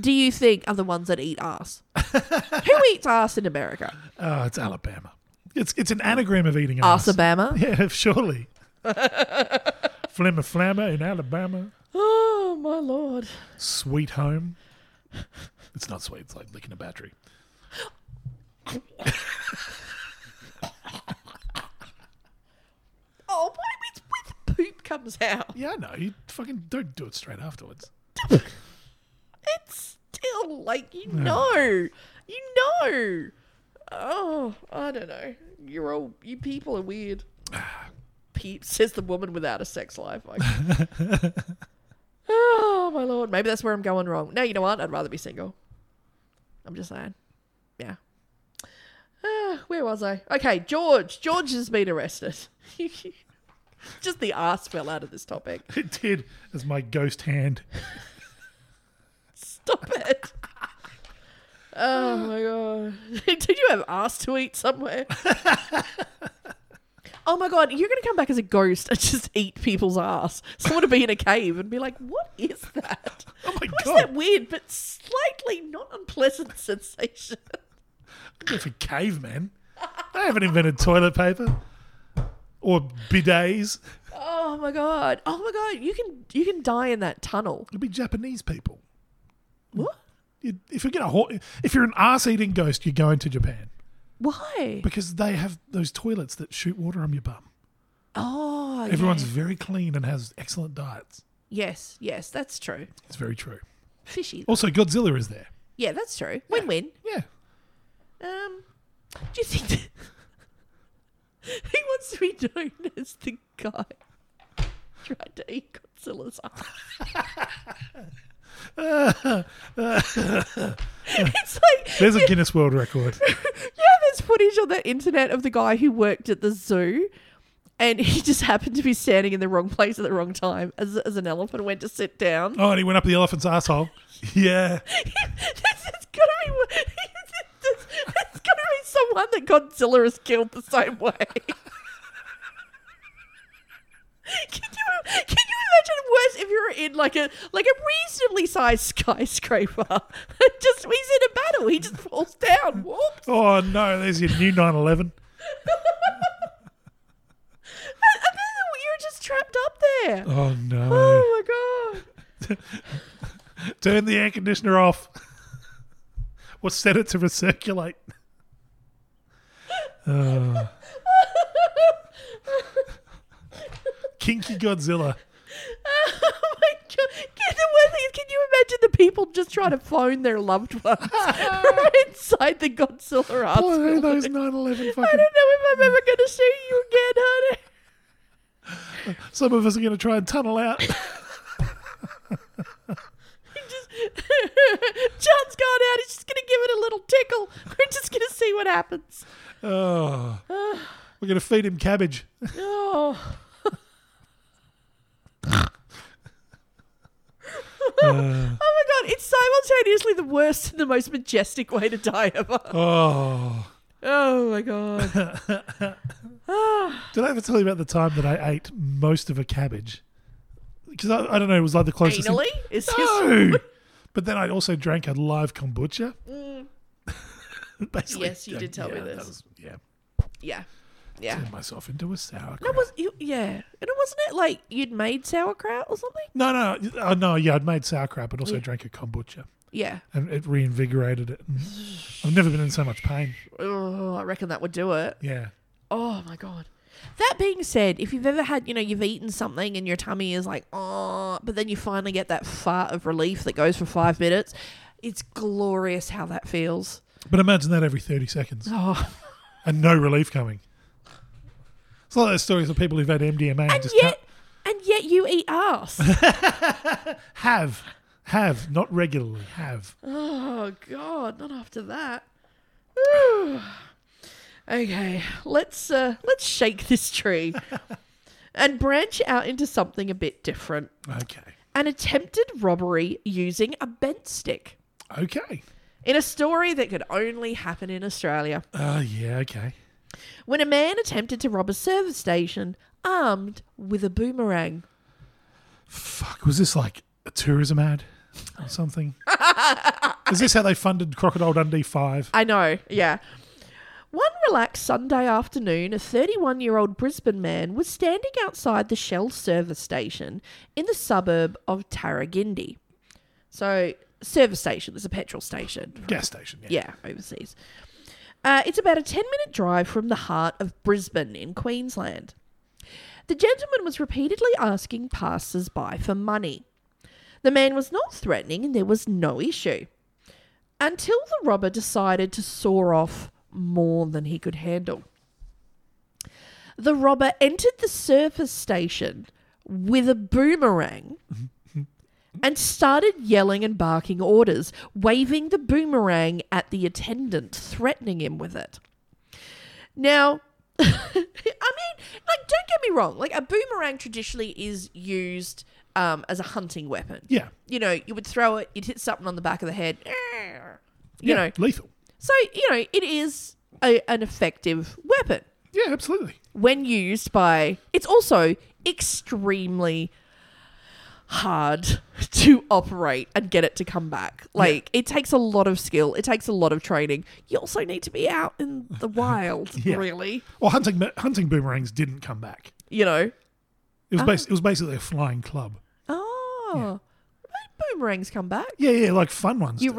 D: do you think are the ones that eat ass? Who eats ass in America?
C: Oh, it's Alabama. It's it's an anagram of eating ass.
D: Assabama.
C: Yeah, surely. Flimmer Flammer in Alabama.
D: Oh my lord.
C: Sweet home. It's not sweet. It's like licking a battery.
D: Oh, why did poop come comes out.
C: Yeah, no, you fucking don't do it straight afterwards.
D: It's still like you know, you know. Oh, I don't know. You're all you people are weird. Pete says the woman without a sex life. I- oh my lord, maybe that's where I'm going wrong. No, you know what? I'd rather be single. I'm just saying. Yeah. Ah, where was I? Okay, George. George has been arrested. just the ass fell out of this topic.
C: It did, as my ghost hand.
D: Stop it. Oh my god. Did you have ass to eat somewhere? oh my god, you're gonna come back as a ghost and just eat people's ass. Someone to be in a cave and be like, what is that?
C: Oh my
D: What's that
C: god!
D: weird but slightly not unpleasant sensation?
C: Go for cavemen. They haven't invented toilet paper or bidets.
D: Oh my god. Oh my god, you can you can die in that tunnel.
C: It'll be Japanese people.
D: What?
C: You- If you get a hor- if you're an ass-eating ghost, you're going to Japan
D: Why?
C: because they have those toilets that shoot water on your bum.
D: Oh
C: Everyone's
D: yeah.
C: very clean and has excellent diets.
D: Yes, yes, that's true.
C: It's very true.
D: Fishy.
C: Also, Godzilla is there.
D: Yeah, that's true. Win win.
C: Yeah.
D: Um, do you think that- he wants to be known as the guy who tried to eat Godzilla's ass? it's like
C: There's a Guinness World Record.
D: yeah, there's footage on the internet of the guy who worked at the zoo. And he just happened to be standing in the wrong place at the wrong time as, as an elephant went to sit down.
C: Oh, and he went up the elephant's asshole. Yeah.
D: this is gonna be this, this is gonna be someone that Godzilla has killed the same way. can you can you imagine worse if you're in like a like a reasonably sized skyscraper? just he's in a battle, he just falls down. Whoops.
C: Oh no, there's your new 911.
D: And then you're just trapped up there. Oh,
C: Oh no.
D: my god.
C: Turn the air conditioner off. or set it to recirculate. Oh. Kinky Godzilla.
D: Oh my god! Can, the worst thing is, can you imagine the people just trying to phone their loved ones from inside the Godzilla house?
C: Oh, there are those
D: building?
C: 911
D: I
C: fucking.
D: don't know if I'm ever going to see you again, honey.
C: Some of us are going to try and tunnel out.
D: Just, John's gone out. He's just going to give it a little tickle. We're just going to see what happens.
C: Oh. We're going to feed him cabbage.
D: Oh.
C: Uh,
D: oh my god! It's simultaneously the worst and the most majestic way to die ever.
C: oh.
D: Oh my god!
C: Did I ever tell you about the time that I ate most of a cabbage? Because I, I don't know, it was like the closest. thing-
D: Anally is his.
C: No. But then I also drank a live kombucha. Basically,
D: Mm. Yes, you did tell me
C: yeah, that
D: this.
C: was- yeah,
D: Yeah, yeah.
C: turned myself into a sauerkraut.
D: No, was you, yeah, and it wasn't it like you'd made sauerkraut or something?
C: no, no, oh, no, yeah, I'd made sauerkraut, but also drank a kombucha,
D: Yeah.
C: and it reinvigorated it. And I've never been in so much pain.
D: Oh, I reckon that would do it.
C: Yeah,
D: Oh my god. That being said, if you've ever had, you know, you've eaten something and your tummy is like, oh, but then you finally get that fart of relief that goes for five minutes, it's glorious how that feels.
C: but imagine that every thirty seconds
D: Oh,
C: and no relief coming. It's like those stories of people who've had MDMA and,
D: and
C: just
D: yet,
C: can't-
D: and yet you eat ass.
C: have, have not regularly have.
D: Oh God, not after that. Whew. okay, let's uh, let's shake this tree and branch out into something a bit different.
C: Okay,
D: An attempted robbery using a bent stick
C: okay.
D: in a story that could only happen in Australia.
C: Oh yeah, okay.
D: When a man attempted to rob a service station armed with a boomerang.
C: Fuck, was this like a tourism ad or something? Is this how they funded Crocodile Dundee 5?
D: I know, yeah. One relaxed Sunday afternoon, a 31 year old Brisbane man was standing outside the Shell service station in the suburb of Tarragindi. So, service station, there's a petrol station.
C: Gas station, yeah.
D: Yeah, overseas. Uh, it's about a 10 minute drive from the heart of Brisbane in Queensland. The gentleman was repeatedly asking passers by for money. The man was not threatening and there was no issue. Until the robber decided to saw off more than he could handle. The robber entered the surface station with a boomerang and started yelling and barking orders, waving the boomerang at the attendant, threatening him with it. Now, I mean, like, don't get me wrong. Like, a boomerang traditionally is used um, as a hunting weapon.
C: Yeah.
D: You know, you would throw it, you'd hit something on the back of the head. You
C: yeah,
D: know,
C: lethal.
D: so, you know, it is a, an effective weapon
C: Yeah, absolutely.
D: when used by it's also extremely hard to operate and get it to come back like it takes a lot of skill it takes a lot of training you also need to be out in the wild
C: Yeah.
D: really
C: Well, hunting ma- hunting boomerangs didn't come back.
D: you know
C: It
D: Ah.
C: was bas- it was basically a flying club.
D: oh Made boomerangs come back
C: Yeah, yeah, like fun ones.
D: your
C: do.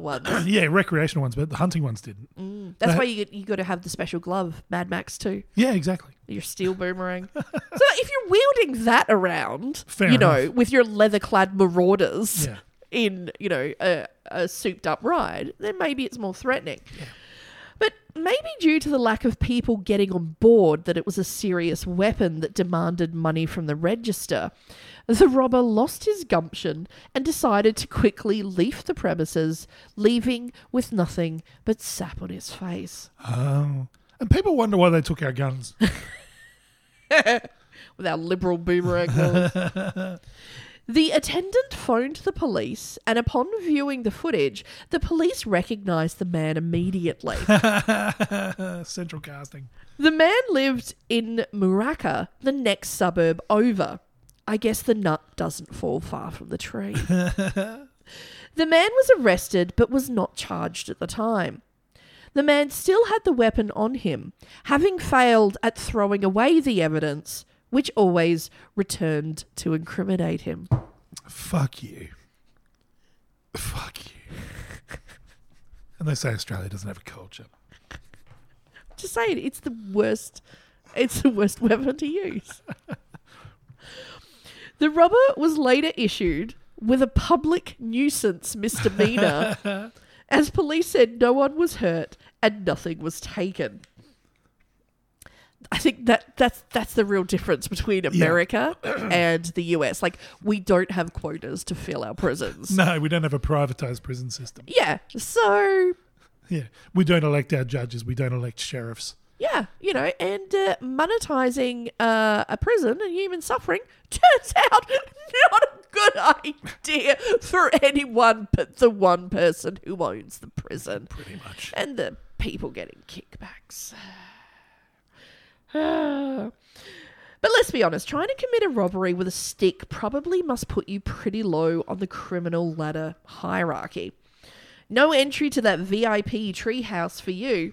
D: ones
C: yeah, recreational ones, but the hunting ones didn't.
D: Mm. that's
C: That-
D: why you, you got to have the special glove mad max too
C: Yeah, exactly.
D: your steel boomerang. so if you're wielding that around,
C: Fair
D: you know,
C: enough.
D: with your leather-clad marauders
C: Yeah.
D: in, you know, a, a souped-up ride, then maybe it's more threatening. But maybe due to the lack of people getting on board that it was a serious weapon that demanded money from the register, the robber lost his gumption and decided to quickly leave the premises, leaving with nothing but sap on his face.
C: Oh, and people wonder why they took our guns.
D: with our liberal boomerang laws. the attendant phoned the police, and upon viewing the footage, the police recognized the man immediately.
C: uh, Central casting.
D: the man lived in Muraka, the next suburb over. I guess the nut doesn't fall far from the tree. the man was arrested but was not charged at the time. The man still had the weapon on him, having failed at throwing away the evidence, which always returned to incriminate him.
C: Fuck you. Fuck you. And they say Australia doesn't have a culture.
D: Just saying, it's the worst. It's the worst weapon to use. the robber was later issued with a public nuisance misdemeanor, as police said no one was hurt and nothing was taken. I think that that's that's the real difference between America and the US. Like we don't have quotas to fill our prisons.
C: No, we don't have a privatized prison system.
D: Yeah. So
C: Yeah, we don't elect our judges. We don't elect sheriffs.
D: Yeah, you know, and uh, monetizing uh, a prison and human suffering turns out not a good idea for anyone but the one person who owns the prison. Pretty much. And the people getting kickbacks. but let's be honest, trying to commit a robbery with a stick probably must put you pretty low on the criminal ladder hierarchy. No entry to that VIP treehouse for you.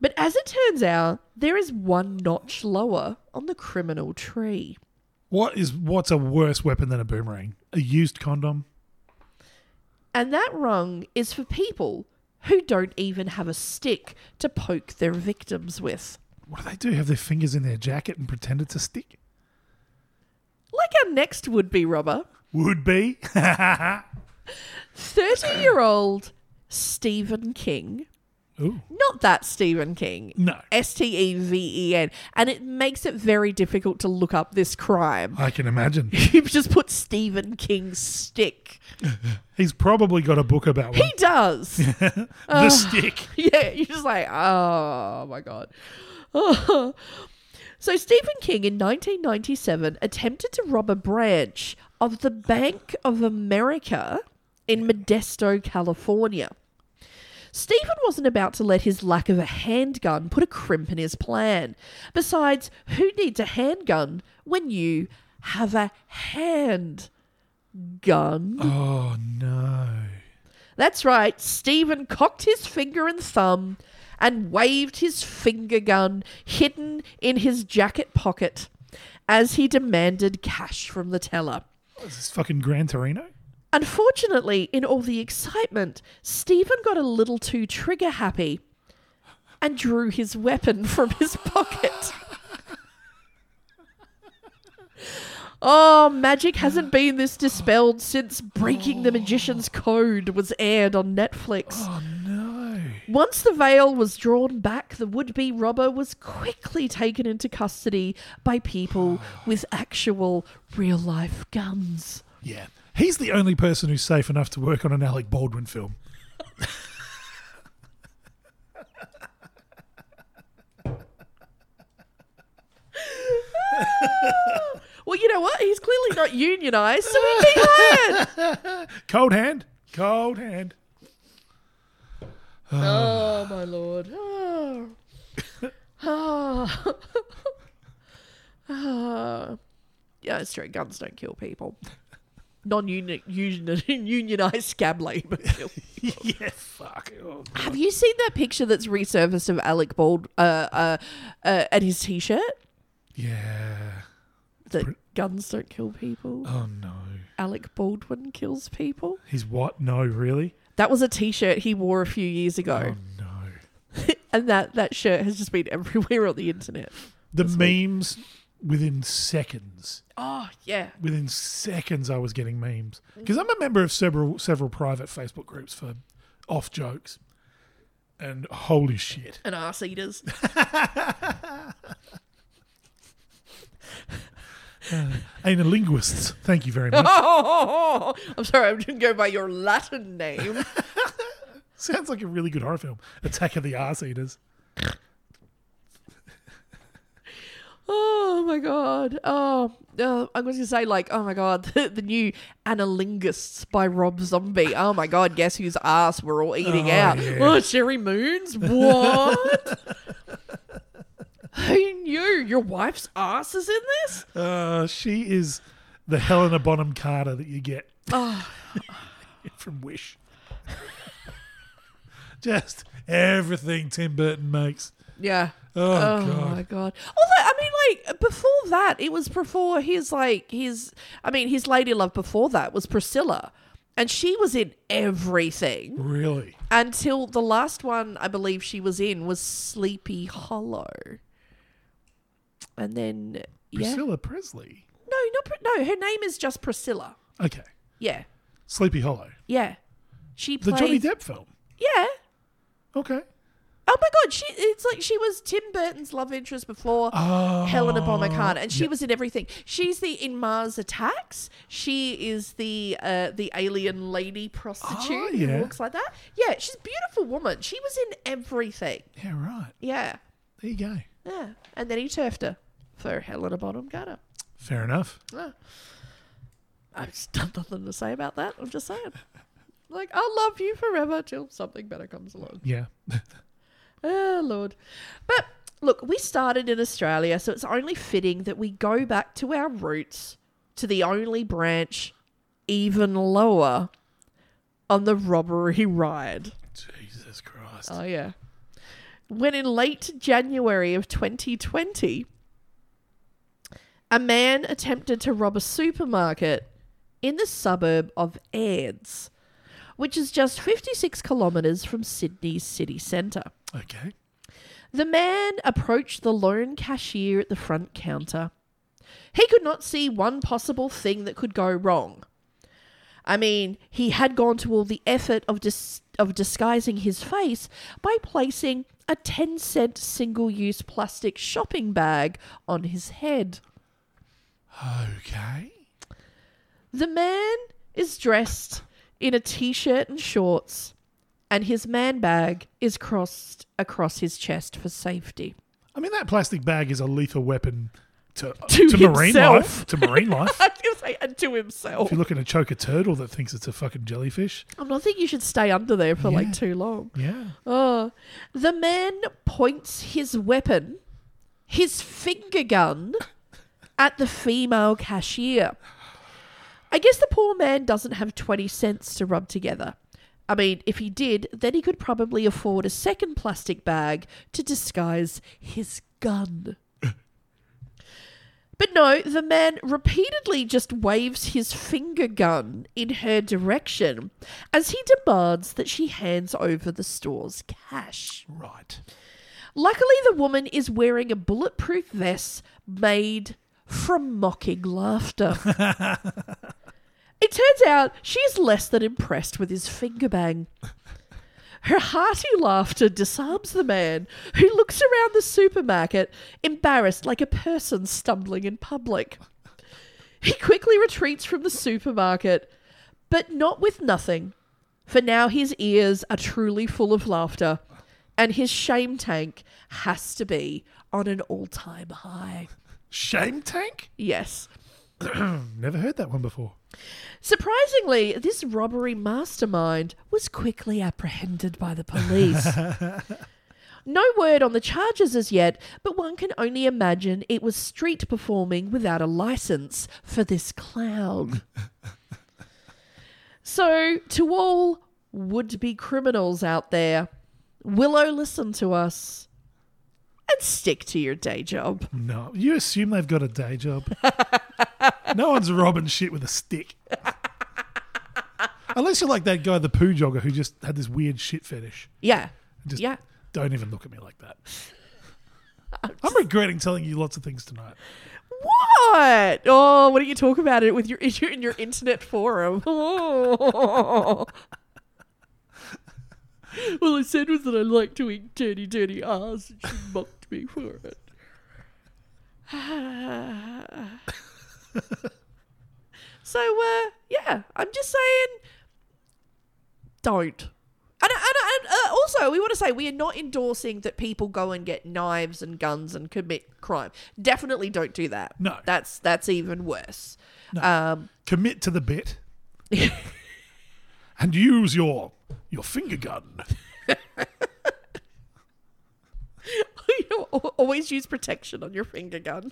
D: But as it turns out, there is one notch lower on the criminal tree.
C: What is what's a worse weapon than a boomerang? A used condom?
D: And that rung is for people who don't even have a stick to poke their victims with.
C: What do they do? Have their fingers in their jacket and pretend it's a stick?
D: Like our next would be robber,
C: Would be.
D: 30 year old Stephen King.
C: Ooh.
D: Not that Stephen King.
C: No.
D: S T E V E N. And it makes it very difficult to look up this crime.
C: I can imagine.
D: You've just put Stephen King's stick.
C: He's probably got a book about one.
D: He does.
C: the stick.
D: yeah, you're just like, oh my god. so Stephen King in 1997 attempted to rob a branch of the Bank of America in Modesto, California. Stephen wasn't about to let his lack of a handgun put a crimp in his plan. Besides, who needs a handgun when you have a hand gun?
C: Oh no.
D: That's right, Stephen cocked his finger and thumb and waved his finger gun hidden in his jacket pocket as he demanded cash from the teller.
C: Is this fucking Gran Torino?
D: Unfortunately, in all the excitement, Stephen got a little too trigger happy and drew his weapon from his pocket. Oh, magic hasn't been this dispelled since Breaking the Magician's Code was aired on Netflix.
C: No.
D: Once the veil was drawn back, the would be robber was quickly taken into custody by people with actual real life guns.
C: Yeah. He's the only person who's safe enough to work on an Alec Baldwin film.
D: Well, you know what? He's clearly not unionized, so he'd be hired.
C: Cold hand. Cold hand.
D: Oh, my lord. Oh. Oh. Oh. Yeah, it's true. Guns don't kill people. Non unionized scab labor kill.
C: yeah, fuck. Oh,
D: Have you seen that picture that's resurfaced of Alec Bald uh, uh, uh, and his t shirt?
C: yeah.
D: That guns don't kill people.
C: Oh, no.
D: Alec Baldwin kills people.
C: He's what? No, really?
D: That was a t shirt he wore a few years ago.
C: Oh, No.
D: And that, that shirt has just been everywhere on the internet.
C: The memes within seconds.
D: Oh, yeah.
C: Within seconds, I was getting memes. Because I'm a member of several several private Facebook groups for off jokes. And holy shit.
D: and arse eaters.
C: Ain't a linguists. Thank you very much.
D: I'm sorry, I didn't go by your Latin name.
C: Sounds like a really good horror film. Attack of the Arse Eaters.
D: oh my god. Oh, uh, I was gonna say like, oh my god, the, the new Analinguists by Rob Zombie. Oh my god, guess whose ass we're all eating
C: Oh,
D: out?
C: yeah.
D: Oh, Sherry Moon's. What? Who knew your wife's ass is in this?
C: Uh, she is the Helena Bonham Carter that you get
D: Oh.
C: from Wish. Just everything Tim Burton makes.
D: Yeah.
C: Oh,
D: Oh
C: God.
D: my god! Although I mean, like before that, it was before his like his. I mean, his lady love before that was Priscilla, and she was in everything
C: Really?
D: until the last one I believe she was in was Sleepy Hollow, and then yeah,
C: Priscilla Presley.
D: no, not Pri- no. Her name is just Priscilla.
C: Okay.
D: Yeah,
C: Sleepy Hollow.
D: yeah. She
C: The Johnny
D: played
C: Depp film.
D: Yeah.
C: Okay.
D: Oh my god, she it's like she was Tim Burton's love interest before
C: Oh.
D: Helena Bonham Carter and she was in everything. She's the in Mars Attacks. She is the uh, the alien lady prostitute
C: Oh,
D: who
C: yeah.
D: looks like that. Yeah, she's a beautiful woman. She was in everything.
C: Yeah, right.
D: Yeah.
C: There you go.
D: Yeah. And then he turfed her for Helena Bonham Carter.
C: Fair enough.
D: I've just got nothing to say about that. I'm just saying. Like, I'll love you forever till something better comes along.
C: Yeah.
D: Oh, Lord. But look, we started in Australia, so it's only fitting that we go back to our roots to the only branch even lower on the robbery ride.
C: Jesus Christ.
D: Oh, yeah. When in late January of 2020, a man attempted to rob a supermarket in the suburb of Airds, which is just 56 kilometres from Sydney's city centre.
C: Okay.
D: The man approached the lone cashier at the front counter. He could not see one possible thing that could go wrong. I mean, he had gone to all the effort of dis- of disguising his face by placing a 10 cent single use plastic shopping bag on his head.
C: Okay.
D: The man is dressed in a t shirt and shorts, and his man bag is crossed across his chest for safety.
C: I mean, that plastic bag is a lethal weapon to,
D: To
C: to, marine
D: himself.
C: life. To marine life.
D: I was going to say, and to himself.
C: if you're looking to choke a turtle that thinks it's a fucking jellyfish.
D: I don't think you should stay under there for like
C: Yeah.
D: too long.
C: Yeah.
D: Oh, the man points his weapon, his finger gun, at the female cashier. I guess the poor man doesn't have 20 cents to rub together. I mean, if he did, then he could probably afford a second plastic bag to disguise his gun. But no, the man repeatedly just waves his finger gun in her direction as he demands that she hands over the store's cash.
C: Right.
D: Luckily, the woman is wearing a bulletproof vest made from mocking laughter. it turns out she's less than impressed with his finger bang. Her hearty laughter disarms the man, who looks around the supermarket, embarrassed like a person stumbling in public. He quickly retreats from the supermarket, but not with nothing, for now his ears are truly full of laughter, and his shame tank has to be on an all time high.
C: Shame tank?
D: Yes.
C: Never heard that one before.
D: Surprisingly, this robbery mastermind was quickly apprehended by the police. no word on the charges as yet, but one can only imagine it was street performing without a license for this clown. so, to all would be criminals out there, Willow, listen to us and stick to your day job.
C: No, you assume they've got a day job. no one's robbing shit with a stick. Unless you're like that guy, the poo jogger, who just had this weird shit fetish.
D: Yeah.
C: Just
D: yeah.
C: don't even look at me like that. I'm regretting telling you lots of things tonight.
D: What? Oh, why don't you talk about it with your in your, in your internet forum? well, I said was that I like to eat dirty, dirty ass, and she mocked me for it. so, uh, yeah, I'm just saying, don't. And, and, and uh, also, we want to say we are not endorsing that people go and get knives and guns and commit crime. Definitely don't do that.
C: No.
D: that's that's even worse. Um,
C: Commit to the bit and use your your finger gun.
D: you al- always use protection on your finger gun.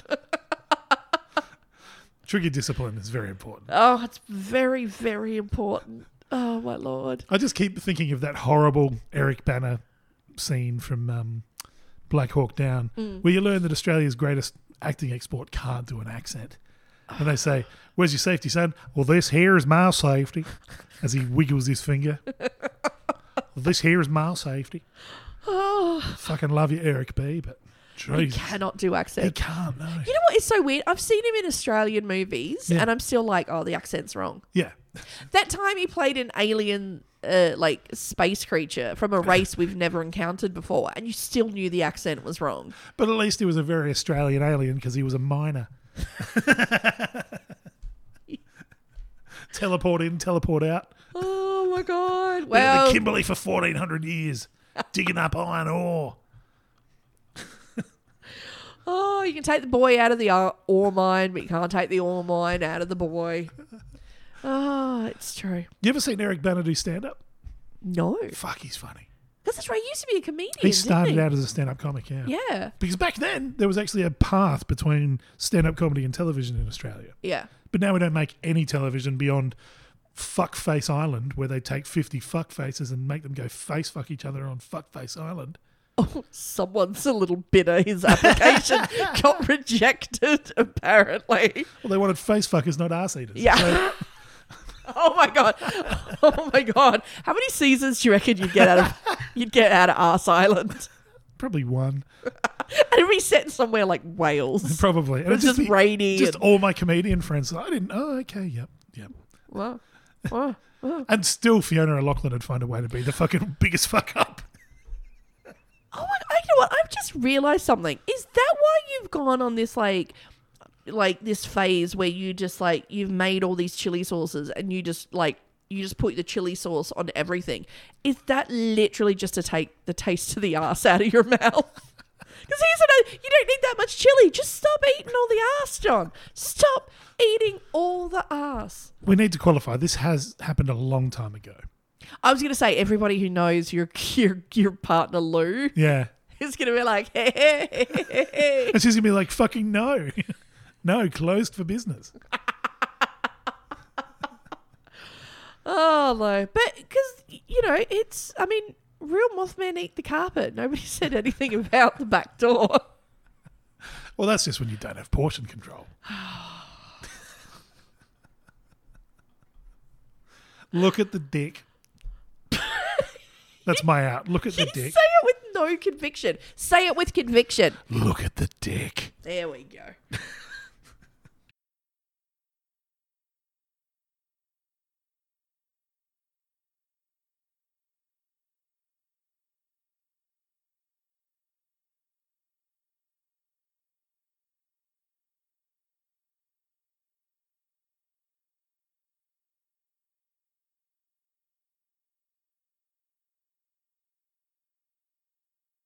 C: Trigger discipline is very important.
D: oh, it's very very important. Oh my lord.
C: I just keep thinking of that horrible Eric Banner scene from um, Black Hawk Down,
D: Mm.
C: where you learn that Australia's greatest acting export can't do an accent. And they say, Where's your safety, son? Well, this here is my safety. As he wiggles his finger. well, this here is my safety. Fucking love you, Eric B, but
D: He
C: Jesus.
D: cannot do
C: He
D: accents.
C: can't, no.
D: You know what is so weird? I've seen him in Australian movies,
C: Yeah.
D: and I'm still like, oh, the accent's wrong.
C: Yeah.
D: That time he played an alien, uh, like space creature from a race we've never encountered before, and you still knew the accent was wrong.
C: But at least he was a very Australian alien because he was a miner. teleport in, teleport out.
D: Oh my god!
C: Been in
D: Well,
C: the Kimberley for 1400 years, digging up iron ore.
D: oh, you can take the boy out of the o- ore mine, but you can't take the ore mine out of the boy. Oh, it's true.
C: You ever seen Eric Banner do stand up?
D: No,
C: Fuck, he's funny.
D: because that's right. He used to be a comedian.
C: He
D: didn't
C: started
D: he?
C: out as a stand up comic, yeah.
D: Yeah,
C: Because back then, there was actually a path between stand up comedy and television in Australia.
D: yeah.
C: But now we don't make any television beyond Fuckface Island, where they take 50 fuckfaces and make them go face fuck each other on Fuckface Island.
D: Someone's a little bitter. His application got rejected, apparently.
C: Well, they wanted face fuckers, not ass eaters.
D: Yeah.
C: So
D: Oh my god! Oh my god! How many seasons do you reckon you'd get out of you'd get out of Arse Island?
C: probably one.
D: And it'd be set somewhere like Wales.
C: Probably. And
D: It's
C: it'd
D: just
C: be-
D: rainy
C: Just
D: and-
C: all my comedian friends. I didn't. Oh, okay. Yep. Yep.
D: Wow. Wow.
C: And still, Fiona O'Loughlin would find a way to be the fucking biggest fuck up.
D: Oh my! I, you know what? I've just realised something. Is that why you've gone on this like, like this phase where you just like you've made all these chili sauces and you just like you just put the chili sauce on everything? Is that literally just to take the taste of the ass out of your mouth? Because here's another. You don't need that much chili. Just stop eating all the ass, John. Stop eating all the ass.
C: We need to qualify. This has happened a long time ago.
D: I was gonna say everybody who knows your your your partner Lou
C: Yeah.
D: is gonna be like, hey, hey, hey, hey, hey.
C: And she's going to be like, fucking no. no, closed for business.
D: Oh, no. But because, you know, it's, I mean, real Mothman eat the carpet. Nobody said anything about the back door.
C: Well, that's just when you don't have portion control. Look at the dick. That's my out. Look at the
D: Say
C: dick.
D: it with no conviction. Say it with conviction.
C: Look at the dick.
D: There we go.